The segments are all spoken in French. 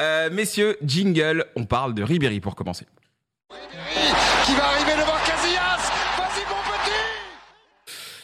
Euh, messieurs, jingle, on parle de Ribéry pour commencer. Qui va arriver devant Casillas Vas-y mon petit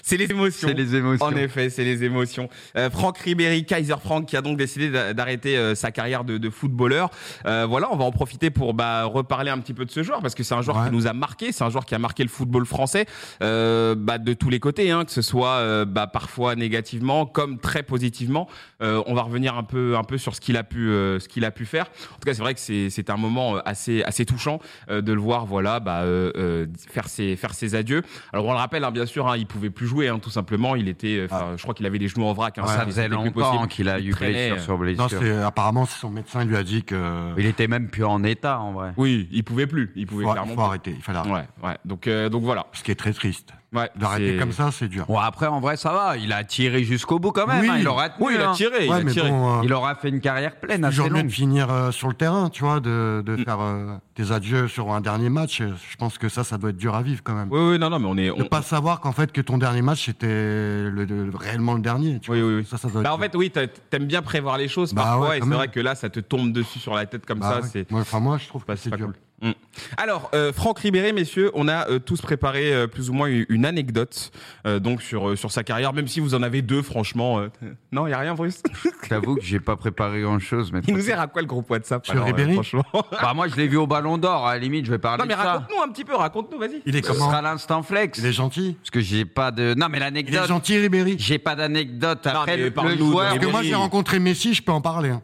C'est les émotions. C'est les émotions. En effet, c'est les émotions. Euh, Franck Ribéry, Kaiser Franck, qui a donc décidé d'a- d'arrêter euh, sa carrière de, de footballeur. Euh, voilà, on va en profiter pour bah, reparler un petit peu de ce joueur, parce que c'est un joueur Ouais. qui nous a marqué, c'est un joueur qui a marqué le football français euh, bah, de tous les côtés, hein, que ce soit euh, bah, parfois négativement, comme très positivement. Euh, on va revenir un peu, un peu sur ce qu'il a pu, euh, ce qu'il a pu faire. En tout cas, c'est vrai que c'est c'est un moment euh, assez, assez touchant euh, de le voir, voilà, bah, euh, euh, faire ses, faire ses adieux. Alors on le rappelle, hein, bien sûr, hein, il pouvait plus jouer, hein, tout simplement. Il était, euh, Ah. enfin, je crois qu'il avait les genoux en vrac. hein, ça c'était- faisait c'était plus longtemps possible. qu'il a Il eu traînait, blessure euh, sur Non, blessure. c'est- apparemment, son médecin lui a dit que. Il était même plus en état en vrai. Oui, il pouvait plus. Il pouvait faut, il clairement. faut arrêter, il fallait plus. arrêter. Ouais, ouais. Donc, euh, donc voilà. Ce qui est très triste. Ouais, D'arrêter c'est- comme ça, c'est dur. Bon après en vrai ça va, il a tiré jusqu'au bout quand même. Oui. hein, Il aura tenu, Oui, il a hein. tiré. Ouais, il a mais tiré. bon, euh, Il aura fait une carrière pleine assez toujours mieux de longue. finir euh, sur le terrain, tu vois, Mm. de, de faire euh, tes adieux sur un dernier match. Euh, Je pense que ça, ça doit être dur à vivre quand même. Oui, oui, non, non, mais on est. De on- pas savoir qu'en fait que ton dernier match c'était le- le- réellement le dernier. Tu Oui, vois. oui, oui. Ça, ça doit Bah, être en fait, oui, t'a- t'aimes bien prévoir les choses Bah parfois, ouais, et quand c'est même. vrai que là, ça te tombe dessus sur la tête comme Bah ça. ouais. C'est Moi, enfin, moi, je trouve pas, que c'est Bah, c'est pas dur. cool. Mm. Alors, euh, Franck Ribéry, messieurs, on a euh, tous préparé euh, plus ou moins une- une anecdote euh, donc sur, euh, sur sa carrière, même si vous en avez deux, franchement. euh, Non, il n'y a rien, Bruce. T'avoue que j'ai pas préparé grand chose mais. Il nous sert à quoi le groupe WhatsApp Sur alors, euh, Ribéry Ah, Franchement. Bah moi je l'ai vu au Ballon d'Or à la limite je vais parler Non, mais de ça. raconte-nous un petit peu, raconte-nous, vas-y. Il est Ce comment sera l'instant flex. Il est gentil. Parce que j'ai pas de. Non mais Il est l'anecdote. gentil, Ribéry. J'ai pas d'anecdote Non, mais après le, le parle-nous de joueur. Parce que moi, Ribéry. j'ai rencontré Messi, je peux en parler. hein.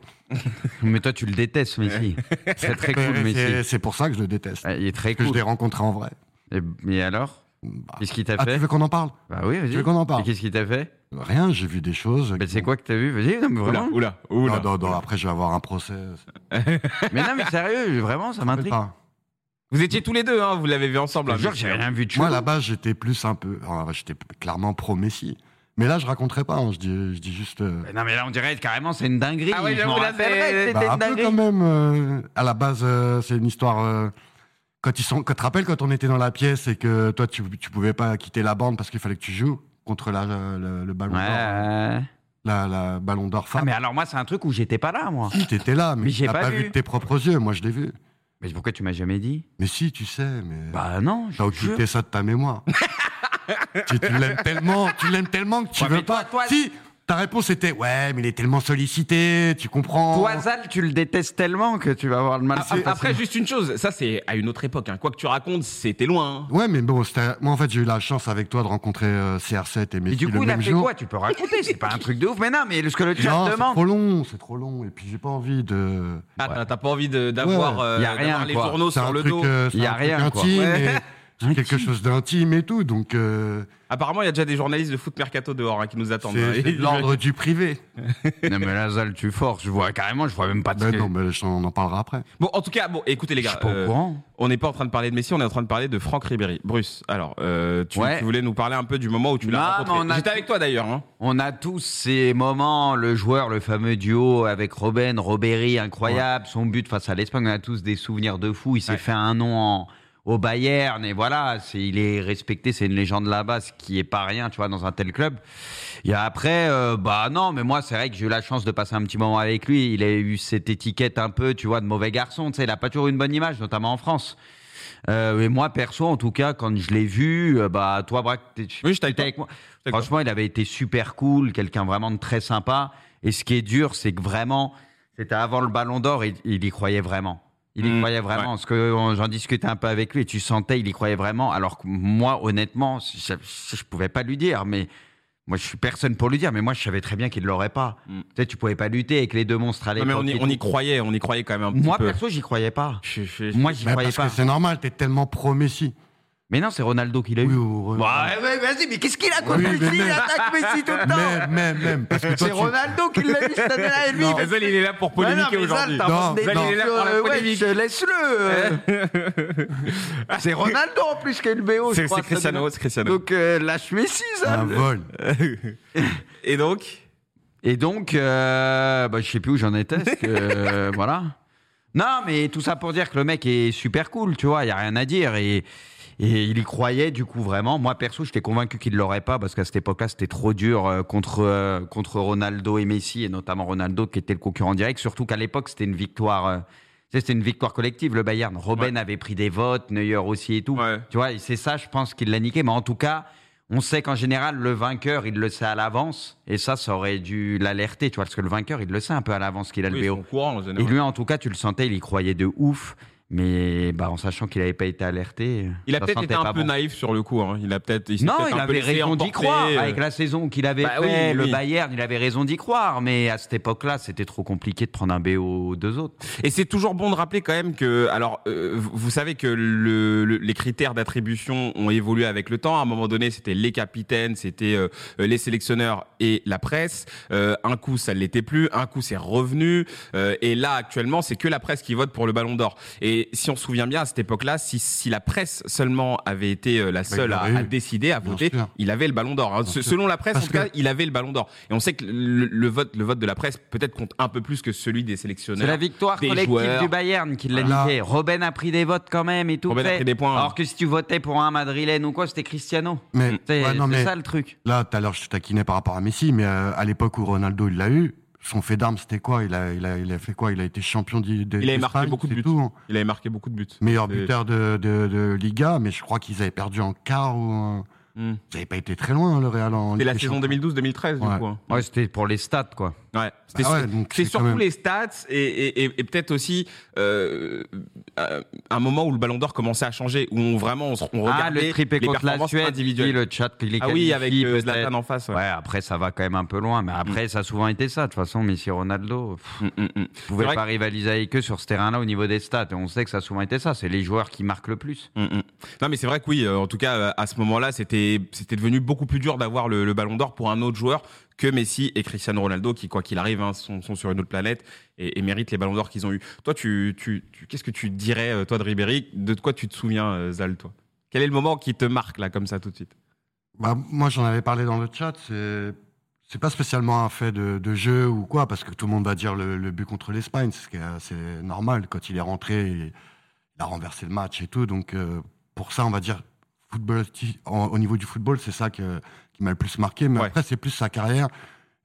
Mais toi tu le détestes Messi. C'est très cool C'est Messi. c'est pour ça que je le déteste. Ouais, Il est très que je cool. l'ai rencontré en vrai. Et, et alors Qu'est-ce qu'il t'a Ah, tu fait veux qu'on en parle Bah oui, vas-y. Tu veux qu'on en parle Et qu'est-ce qu'il t'a fait Rien, j'ai vu des choses. Mais c'est quoi hein que t'as vu Vas-y, non, mais Oula, vraiment. oula, non, oula. non, non, après je vais avoir un procès. ça Mais non, mais sérieux, vraiment, ça m'appelle m'intrigue. pas. Vous étiez tous les deux, hein, vous l'avez vu ensemble. hein, Genre, mais- j'ai rien vu de chaud. Moi là-bas, j'étais plus un peu. alors, J'étais clairement pro Messi. Mais là, je raconterai pas. hein, Je, dis, je dis juste. euh, Ben, Non, mais là, on dirait carrément, c'est une dinguerie. Ah ouais, je j'avoue, m'en là, rappellerai c'est- que c'était bah, une un peu dinguerie. quand même. euh, à la base, euh, c'est une histoire. euh, quand ils sont. Quand, tu te rappelles quand on était dans la pièce et que toi, tu, tu pouvais pas quitter la bande parce qu'il fallait que tu joues contre la, le, le ballon Ouais. d'or. La, la ballon d'or Ah, femme. mais alors, moi, c'est un truc où j'étais pas là, moi. Si, t'étais là, mais, Mais tu j'ai l'as pas pas vu. vu de tes propres yeux. Moi, je l'ai vu. Mais pourquoi tu m'as jamais dit Mais si, tu sais, mais. Bah non, je T'as te jure. occulté ça de ta mémoire. tu tu l'aimes tellement, tu l'aimes tellement que tu Ouais, mais veux toi, pas. toi- si ta réponse était ouais, mais il est tellement sollicité, tu comprends. Toi, Zal, tu le détestes tellement que tu vas avoir le mal. Ah, se passer. Après, juste une chose, ça c'est à une autre époque. hein. Quoi que tu racontes, c'était loin. hein. Ouais, mais bon, c'était- moi en fait j'ai eu la chance avec toi de rencontrer euh, CR7 et Et Messi du le coup, il a même fait jour. quoi Tu peux raconter, c'est pas un truc de ouf. Mais non, mais ce que le chat non, c'est demande. trop long, c'est trop long. Et puis j'ai pas envie de. Ah, t'as- t'as pas envie de- d'avoir Ouais. euh, Y a rien, d'avoir les quoi. journaux C'est sur un le truc, dos. euh, c'est Y a un truc rien, quoi. intime, Ouais. et c'est quelque chose d'intime et tout. Donc euh, Apparemment, il y a déjà des journalistes de foot mercato dehors hein, qui nous attendent. hein. c'est c'est de l'ordre du privé. Non, mais là, Zal, tu forces. Je vois carrément, je vois même pas Ah, de Ben ce que- non, mais je- on en parlera après. Bon, en tout cas, bon, écoutez les Bah, Je gars, suis pas euh, au courant. on n'est pas en train de parler de Messi, on est en train de parler de Franck Ribéry. Bruce, alors, euh, tu, Ouais. tu voulais nous parler un peu du moment où tu Non, l'as mais rencontré. on a- J'étais avec toi d'ailleurs. hein. On a tous ces moments, le joueur, le fameux duo avec Robben, Robéry, incroyable, son but face à l'Espagne, on a tous des souvenirs de fou. Il s'est Ouais. fait un nom en- au Bayern et voilà, c'est- il est respecté, c'est une légende là-bas, ce qui est pas rien, tu vois, dans un tel club. Et après, euh, bah non, mais moi c'est vrai que j'ai eu la chance de passer un petit moment avec lui. Il a eu cette étiquette un peu, tu vois, de mauvais garçon. Tu sais, il a pas toujours une bonne image, notamment en France. Euh, et moi perso, en tout cas, quand je l'ai vu, euh, bah toi, Braque, t'es- Oui, j'étais avec t'es toi. avec moi. J'étais avec toi. Franchement, il avait été super cool, quelqu'un vraiment de très sympa. Et ce qui est dur, c'est que vraiment, c'était avant le Ballon d'Or, il, il y croyait vraiment. Il y Mmh, croyait vraiment. Parce que on- j'en discutais un peu avec lui et tu sentais, il y croyait vraiment. Alors que moi, honnêtement, je, je pouvais pas lui dire, mais moi, je suis personne pour lui dire. Mais moi, je savais très bien qu'il l'aurait pas. Mmh. Tu sais, tu pouvais pas lutter avec les deux monstres à Non, mais l'époque. on y, et on y tout. croyait, on y croyait quand même un petit Moi, peu. perso, j'y croyais pas. Je- je- je- Moi, j'y Ben, croyais parce pas. que c'est normal, t'es tellement pro Messi. Mais non, c'est Ronaldo qui l'a eu. Oui, oui, oui. Bah, ouais, ouais, vas-y, mais qu'est-ce qu'il a contre Oui, Messi mais Il même- attaque Messi tout le temps. Même, même, même. Parce que toi, C'est tu- Ronaldo qui l'a mis cette année-là et lui. Non. il fait- Zol, il est là pour Ouais, polémiquer non, mais Zal, aujourd'hui. t'inventes Non, des Zal, trucs, Ah, il est là pour la euh, ouais, polémique. je- Laisse-le. euh. c'est Ronaldo en plus qui est le BO. je C'est crois, c'est ça, Cristiano, Ah, c'est donc- Cristiano. Donc euh, lâche Messi, Un Zal. vol. Et donc Et donc, euh, bah, je sais plus où j'en étais. parce que, euh, voilà. Non, mais tout ça pour dire que le mec est super cool, tu vois, il n'y a rien à dire. Et, Et il y croyait, du coup, vraiment. Moi, perso, j'étais convaincu qu'il ne l'aurait pas, parce qu'à cette époque-là, c'était trop dur euh, contre, euh, contre Ronaldo et Messi, et notamment Ronaldo, qui était le concurrent direct. Surtout qu'à l'époque, c'était une victoire. euh, tu sais, c'était une victoire collective, le Bayern. Robben Ouais. avait pris des votes, Neuer aussi et tout. Ouais. Tu vois, et c'est ça, je pense, qu'il l'a niqué. Mais en tout cas, on sait qu'en général, le vainqueur, il le sait à l'avance. Et ça, ça aurait dû l'alerter, tu vois, parce que le vainqueur, il le sait un peu à l'avance qu'il a Oui, le ils BO. sont au courant, en général. Et lui, en tout cas, tu le sentais, il y croyait de ouf. Mais bah, en sachant qu'il n'avait pas été alerté. Il a ça peut-être sentait été un pas peu bon. naïf sur le coup. hein. Il a peut-être. s'est Non, peut-être il un peu avait laissé raison d'y emporter, croire. euh, Avec la saison qu'il avait Bah oui, fait, le oui. Bayern, il avait raison d'y croire. Mais à cette époque-là, c'était trop compliqué de prendre un BO aux deux autres. Et c'est toujours bon de rappeler quand même que, alors, euh, vous- vous savez que le- le- les critères d'attribution ont évolué avec le temps. À un moment donné, c'était les capitaines, c'était euh, les sélectionneurs et la presse. Euh, un coup, ça ne l'était plus. Un coup, c'est revenu. Euh, et là, actuellement, c'est que la presse qui vote pour le Ballon d'Or. Et si on se souvient bien, à cette époque-là, si, si la presse seulement avait été euh, la seule à, Bah, l'aurait eu. à décider, à Bien voter, sûr. il avait le Ballon d'Or. hein. Bien Se- sûr. Selon la presse, Parce en tout cas, que- il avait le Ballon d'or. Et on sait que le, le vote, le vote de la presse peut-être compte un peu plus que celui des sélectionneurs. C'est la victoire des collective joueurs. du Bayern qui l'a Voilà. niqué. Robben a pris des votes quand même et tout. Robben a tu sais. pris des points. hein. Alors que si tu votais pour un Madrilène ou quoi, c'était Cristiano. Mais, C'est ouais, non, c'est mais- ça le truc. Là, tout à l'heure, je te taquinais par rapport à Messi, mais euh, à l'époque où Ronaldo il l'a eu, son fait d'armes, c'était quoi il a, il, a, il a fait quoi Il a été champion d'I- de- Il avait marqué d'Espagne, beaucoup de c'est buts. tout, hein. Il avait marqué beaucoup de buts. Meilleur Et- buteur de, de, de Liga, mais je crois qu'ils avaient perdu en quart ou. en- Hmm. Ils n'avaient pas été très loin, hein, le Real. en C'était Ligue la des saison Champions. 2012-2013, du Ouais. coup. hein. Ouais, c'était pour les stats, quoi. Ouais. C'était Ah ouais, donc c'est c'est quand surtout même- les stats et, et- et- et peut-être aussi euh, euh, un moment où le Ballon d'Or commençait à changer, où on vraiment on, se- on regardait Ah, le triplé les contre la performances Suède, individuelles. puis le chat qui les ah oui, qualifie, avec euh, Zlatan peut-être. en face. ouais. Ouais, après, ça va quand même un peu loin. Mais après, ça a souvent été ça. De toute façon, Messi Ronaldo, pff, Mm, mm, mm. vous pouvez vrai pas rivaliser avec eux sur ce terrain-là au niveau des stats. Et on sait que ça a souvent été ça. C'est les joueurs qui marquent le plus. Mm, mm. Non, mais c'est vrai que oui, euh, en tout cas, euh, à ce moment-là, c'était c'était devenu beaucoup plus dur d'avoir le, le ballon d'or pour un autre joueur que Messi et Cristiano Ronaldo, qui, quoi qu'il arrive, hein, sont, sont sur une autre planète et, et méritent les ballons d'or qu'ils ont eu. Toi, tu, tu, tu- qu'est-ce que tu dirais, euh, toi, de Ribéry De quoi tu te souviens, euh, Zal, toi Quel est le moment qui te marque, là, comme ça, tout de suite Bah, moi, j'en avais parlé dans le chat. C'est c'est pas spécialement un fait de, de jeu ou quoi, parce que tout le monde va dire le, le but contre l'Espagne, c'est ce qui est assez normal. Quand il est rentré, il il a renversé le match et tout. Donc, euh, pour ça, on va dire, football, au niveau du football, c'est ça que- qui m'a le plus marqué. Mais Ouais. après, c'est plus sa carrière.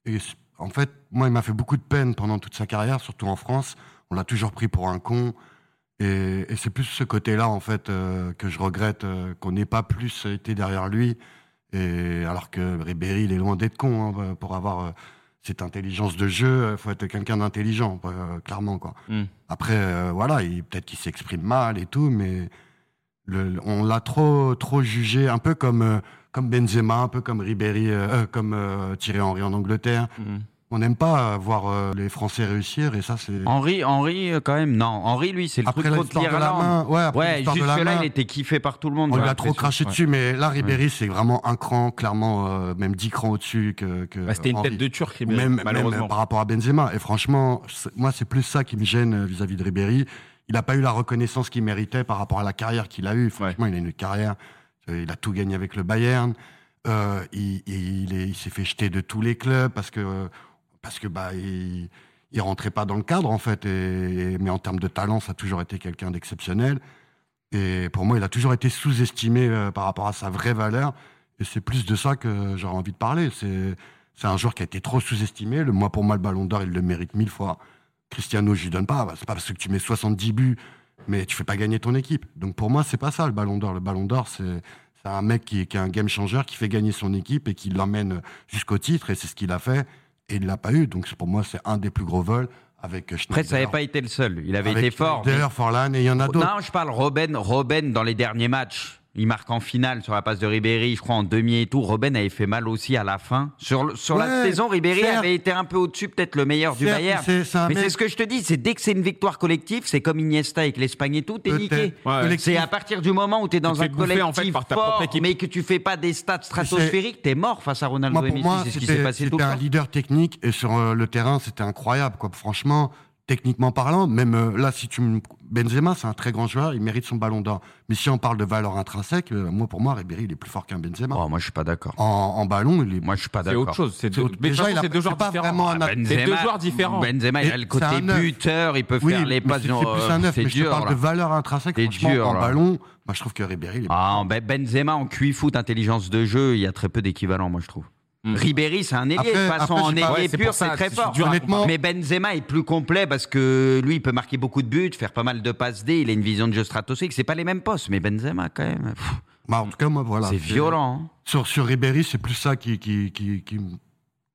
Et c- en fait, moi, il m'a fait beaucoup de peine pendant toute sa carrière, surtout en France. On l'a toujours pris pour un con. Et, et c'est plus ce côté-là, en fait, euh, que je regrette euh, qu'on n'ait pas plus été derrière lui. Et alors que Ribéry, il est loin d'être con hein, pour avoir euh, cette intelligence de jeu. Il faut être quelqu'un d'intelligent, euh, clairement. Quoi. Hmm. Mm. Après, euh, voilà, il- peut-être qu'il s'exprime mal et tout, mais le- le- on l'a trop, trop jugé, un peu comme, euh, comme Benzema, un peu comme Ribéry, euh, euh, comme euh, Thierry Henry en Angleterre. Bah, On n'aime pas euh, voir euh, les Français réussir, et ça, c'est. Henri, Henri, euh, quand même, non. Henri, lui, c'est le Après truc la contre victoire de la l'Irlande. main, ouais, après la Ouais, victoire de juste la là, main, il était kiffé par tout le monde. on j'ai lui a trop l'impression. craché Ouais. dessus, mais là, Ribéry, c'est vraiment un cran, clairement, euh, même 10 crans au-dessus que. que Bah, C'était une Henry. tête de Turc, Ou Ribéry, même, même, malheureusement. euh, par rapport à Benzema. Et franchement, c'est- moi, c'est plus ça qui me gêne euh, vis-à-vis de Ribéry. Il n'a pas eu la reconnaissance qu'il méritait par rapport à la carrière qu'il a eue. Franchement, il a une carrière. euh, Il a tout gagné avec le Bayern. Euh, il il est- il s'est fait jeter de tous les clubs parce que, parce que bah, il, il rentrait pas dans le cadre, en fait. Et, et- mais en termes de talent, ça a toujours été quelqu'un d'exceptionnel. Et pour moi, il a toujours été sous-estimé euh, par rapport à sa vraie valeur. Et c'est plus de ça que j'aurais envie de parler. C'est c'est un joueur qui a été trop sous-estimé. Le, moi, pour moi, le ballon d'or, il le mérite mille fois. Cristiano, je lui donne pas. C'est pas parce que tu mets 70 buts, mais tu fais pas gagner ton équipe. Donc pour moi, c'est pas ça le ballon d'or. Le ballon d'or, c'est c'est un mec qui, est- qui est un game changer, qui fait gagner son équipe et qui l'emmène jusqu'au titre. Et c'est ce qu'il a fait. Et il l'a pas eu. Donc c'est- pour moi, c'est un des plus gros vols avec Schneider. Après, ça n'avait pas été le seul. Il avait avec été fort. mais- Schneider, Forlan, et il y en a d'autres. Non, je parle Robben. Robben, dans les derniers matchs, il marque en finale sur la passe de Ribéry, je crois, en demi et tout. Robben avait fait mal aussi à la fin. Sur, le- sur la Ouais, saison, Ribéry certes. avait été un peu au-dessus, peut-être le meilleur du Certes, Bayern. c'est- c'est un Mais mec- c'est ce que je te dis, c'est dès que c'est une victoire collective, c'est comme Iniesta avec l'Espagne et tout, t'es Peut-être. niqué. Ouais. C'est à partir du moment où t'es dans te fais un bouffer, collectif en fait, par ta propre fort, équipe. mais que tu fais pas des stats stratosphériques, t'es mort face à Ronaldo Moi, et pour Messi. moi, C'est ce qui c'était- s'est passé tout c'était le un temps. leader technique et sur euh, le terrain, c'était incroyable. Quoi. Franchement, techniquement parlant, même euh, là, si tu me- Benzema, c'est un très grand joueur, il mérite son ballon d'or. Mais si on parle de valeur intrinsèque, euh, moi, pour moi, Ribéry, il est plus fort qu'un Benzema. Oh, moi, je suis pas d'accord. En, en ballon, il est. Moi, je suis pas C'est d'accord. autre chose. C'est C'est deux, autre- mais de toute Déjà, façon, il a- c'est deux c'est joueurs pas différents. vraiment un bah, Ah, attaquant. C'est deux joueurs différents. Benzema, il a Et le c'est côté un neuf. buteur, il peut Oui, faire les mais passes. c'est genre, c'est plus un euh, neuf, c'est mais je te dur, parle là. de valeur intrinsèque. C'est franchement, dur, en là. ballon, moi, je trouve que Ribéry, il est. Ah, en Ben- Benzema en QI foot, intelligence de jeu, il y a très peu d'équivalents, moi je trouve. Mm. Ribéry, c'est un ailier, Après- de toute façon, après, en je sais pas, ailier ouais, c'est pur, pour ça, c'est très c'est fort. dur à Honnêtement, Mais Benzema est plus complet parce que lui, il peut marquer beaucoup de buts, faire pas mal de passes D, il a une vision de jeu stratosphérique. C'est pas les mêmes postes, mais Benzema, quand même, pff, bah, en tout cas, moi, voilà. c'est violent. hein. Sur, sur Ribéry, c'est plus ça qui, qui, qui, qui, me-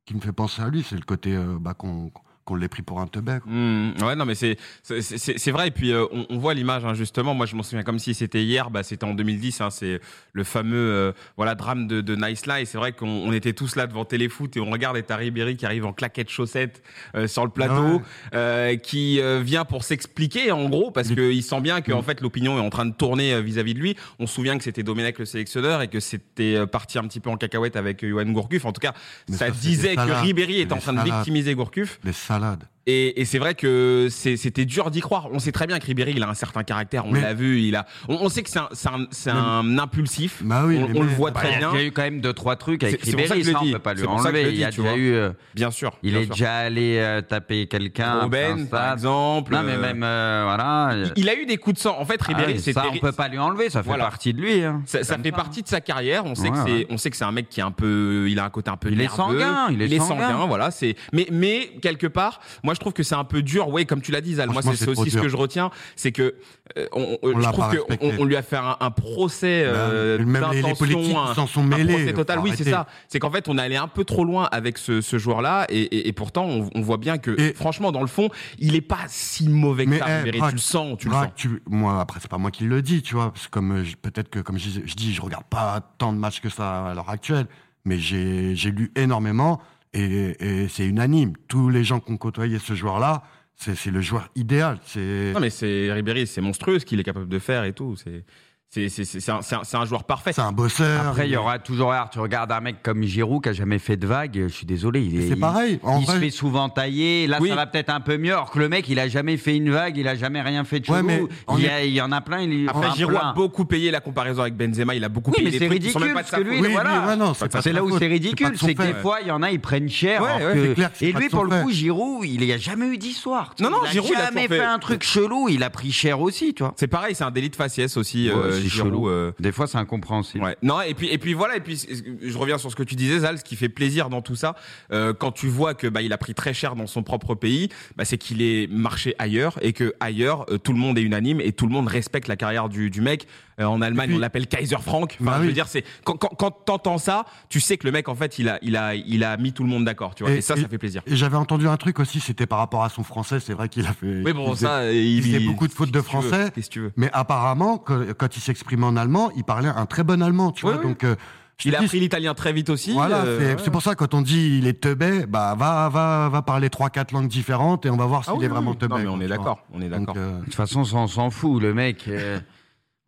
qui me fait penser à lui. C'est le côté euh, bah, qu'on qu'on l'ait pris pour un tebec. Hmm, ouais, non, mais c'est c'est- c'est c'est vrai. Et puis euh, on, on voit l'image hein, justement. Moi, je m'en souviens comme si c'était hier. Bah, c'était en 2010. Hein, c'est le fameux euh, voilà drame de, de Nice Lie. C'est vrai qu'on on était tous là devant Téléfoot et on regarde Etari Ribéry qui arrive en claquette chaussette euh, sur le plateau, Ouais. euh, qui euh, vient pour s'expliquer en gros parce Il- que il sent bien que Mmh. en fait l'opinion est en train de tourner euh, vis-à-vis de lui. On se souvient que c'était Domenech le sélectionneur et que c'était euh, parti un petit peu en cacahuète avec euh, Johan Gourcuff. En tout cas, Mais ça, ça, c'est disait des que salades. Ribéry C'est était en des train de salades. victimiser Gourcuff. Les salades. Et, et c'est vrai que c'est- c'était dur d'y croire. On sait très bien que Ribéry, il a un certain caractère. On Mais- l'a vu. Il a. On, on sait que c'est un, c'est un- c'est un impulsif. Bah oui, on, mais on le mec, voit bah, très Il y a bien. déjà eu quand même deux, trois trucs avec C'est- c'est pour ça que Ribéry, je le ça, on dis. peut pas lui C'est pour ça que je le enlever. Il dis, a tu déjà vois. eu. euh, Bien sûr. Il bien est sûr. déjà allé euh, taper quelqu'un. après un Robben, par stade. exemple. Non, mais euh, même, euh, voilà. euh, Il a eu des coups de sang. En fait, ah Ribéry, oui, c'est ça, on terri- peut pas lui enlever, ça fait Voilà. partie de lui. hein. Ça, ça fait partie de sa carrière. On sait Ouais, que c'est, ouais. on sait que c'est un mec qui est un peu, il a un côté un peu Il est nerveux. sanguin, il est sanguin. Voilà, c'est. Mais, mais quelque part, moi je trouve que c'est un peu dur. Ouais, comme tu l'as dit, Zal. Moi, Franchement, c'est c'est trop aussi ce dur. que je retiens, c'est que euh, on, on- On je l'a trouve pas que respecté. on- on lui a fait un, un procès euh, Bah, même les- les d'intention, politiques un- s'en sont un mêlés, procès total. faut Oui, Bah, c'est arrêter. ça. C'est qu'en fait, on est allé un peu trop loin avec ce, ce joueur-là, et, et- et pourtant, on, on voit bien que, Et- franchement, dans le fond, il est pas si mauvais que Mais, ça. eh, Ribéry. Braque, tu le sens, tu le sens. Braque, tu- moi, après, c'est pas moi qui le dis, tu vois, parce que comme euh, je- peut-être que, comme je, je dis, je regarde pas tant de matchs que ça à l'heure actuelle, mais j'ai j'ai lu énormément et, et c'est unanime. Tous les gens qui ont côtoyé ce joueur-là, c'est c'est le joueur idéal. C'est Non, mais c'est Ribéry, c'est monstrueux ce qu'il est capable de faire et tout. C'est c'est c'est c'est un, c'est un- c'est un joueur parfait. c'est un bosseur. Après, il y est- aura toujours. alors, tu regardes un mec comme Giroud qui a jamais fait de vague. Je suis désolé. Il est, C'est il- pareil, en il se vrai. fait souvent tailler. Là, Oui. ça va peut-être un peu mieux. Alors que le mec, il a jamais fait une vague. Il a jamais rien fait de Ouais, chelou. mais on il, y a- il y en a plein. Il... Après, enfin, Giroud plein. a beaucoup payé la comparaison avec Benzema. Il a beaucoup Oui, payé mais les c'est trucs qui sont même ridicule pas de parce sa que faute. lui, Oui, oui, voilà. ouais, non, c'est pas de c'est sa là où faute, c'est c'est pas ridicule, de son c'est que fait, des ouais. fois il y en a, ils prennent cher. Ouais, alors ouais, que- c'est clair que c'est et pas lui, de son pour le fait. coup, Giroud, il n'y a jamais eu d'histoire. Non, non, il Giroud, il a a toujours jamais fait- fait un truc chelou. Il a pris cher aussi, tu vois. C'est pareil, c'est un délit de faciès aussi, Ouais, euh, c'est Giroud. chelou. euh, Des fois, c'est incompréhensible. Ouais. Non, et puis, et puis voilà, et puis c- je reviens sur ce que tu disais, Zal, ce qui fait plaisir dans tout ça, euh, quand tu vois que bah, il a pris très cher dans son propre pays, bah, c'est qu'il est marché ailleurs et que ailleurs, euh, tout le monde est unanime et tout le monde respecte la carrière du, du mec. Euh, en Allemagne, Et puis- on l'appelle Kaiser Frank. Enfin, Bah je veux oui. dire, c'est quand, quand, quand t'entends ça, tu sais que le mec, en fait, il a, il a, il a mis tout le monde d'accord, tu vois. Et, ça, ça fait plaisir. Et j'avais entendu un truc aussi, c'était par rapport à son français. C'est vrai qu'il a fait. Oui, bon, il faisait- ça, euh, il il faisait beaucoup de fautes de qu'est-ce que tu veux français. Qu'est-ce que tu veux Mais apparemment, que- quand il s'exprimait en allemand, il parlait un très bon allemand, tu Oui, vois. oui. Donc, euh, je Il te a dis, appris l'italien très vite aussi. Voilà, euh, c'est ouais. c'est pour ça quand on dit il est teubé, bah va va va parler trois quatre langues différentes et on va voir s'il Ah oui, est oui, vraiment oui. teubé. Non, mais on quoi, est tu vois. d'accord, on est d'accord. Donc, euh, De toute façon, ça, on s'en fout. Le mec, euh,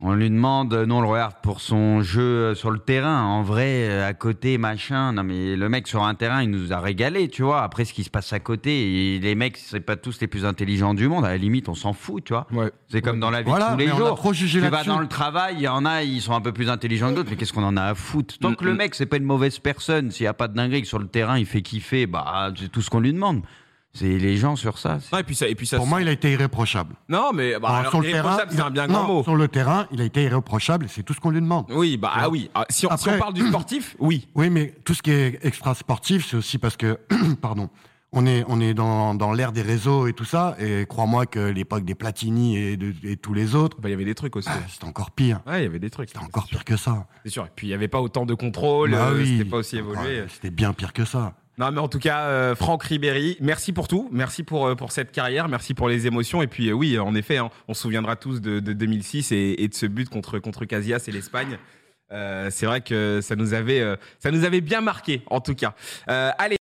on lui demande, non, on le regarde pour son jeu euh, sur le terrain. En vrai, euh, à côté, machin. Non, mais le mec sur un terrain, il nous a régalé, tu vois. Après, ce qui se passe à côté, et les mecs, c'est pas tous les plus intelligents du monde. À la limite, on s'en fout, tu vois. euh, Ouais. C'est comme dans la vie de Voilà, tous les mais on a jours. trop jugé tu vas là-dessus. dans le travail, il y en a, ils sont un peu plus intelligents que d'autres, mais qu'est-ce qu'on en a à foutre Mm, Tant que le mec, c'est pas une mauvaise personne, s'il n'y a pas de dinguerie, que sur le terrain, il fait kiffer, bah, c'est tout ce qu'on lui demande. C'est les gens sur ça. c'est- Non, et puis ça, et puis ça. pour moi, il a été irréprochable. non, mais bah, Alors, alors, sur le terrain, irréprochable, c'est il- un bien grand non, mot. sur le terrain, il a été irréprochable et c'est tout ce qu'on lui demande. Oui, bah ah oui. Ah, si, on, si on Après- parle du sportif, oui. Oui, mais tout ce qui est extra sportif, c'est aussi parce que, pardon, on est, on est dans, dans l'ère des réseaux et tout ça, et crois-moi que l'époque des Platini et, de- et tous les autres, Bah, Il y avait des trucs aussi. ah, c'était encore pire. Ouais, il y avait des trucs. C'était encore pire que ça. C'est sûr. Et puis il n'y avait pas autant de contrôle, Bah euh, oui. c'était pas aussi évolué. Ouais, C'était bien pire que ça. Non, mais en tout cas, euh, Franck Ribéry, merci pour tout, merci pour euh, pour cette carrière, merci pour les émotions. Et puis euh, oui, en effet, hein, on se souviendra tous de, de 2006 et, et de ce but contre contre Casillas et l'Espagne. Euh, c'est vrai que ça nous avait euh, ça nous avait bien marqué en tout cas. Euh, allez.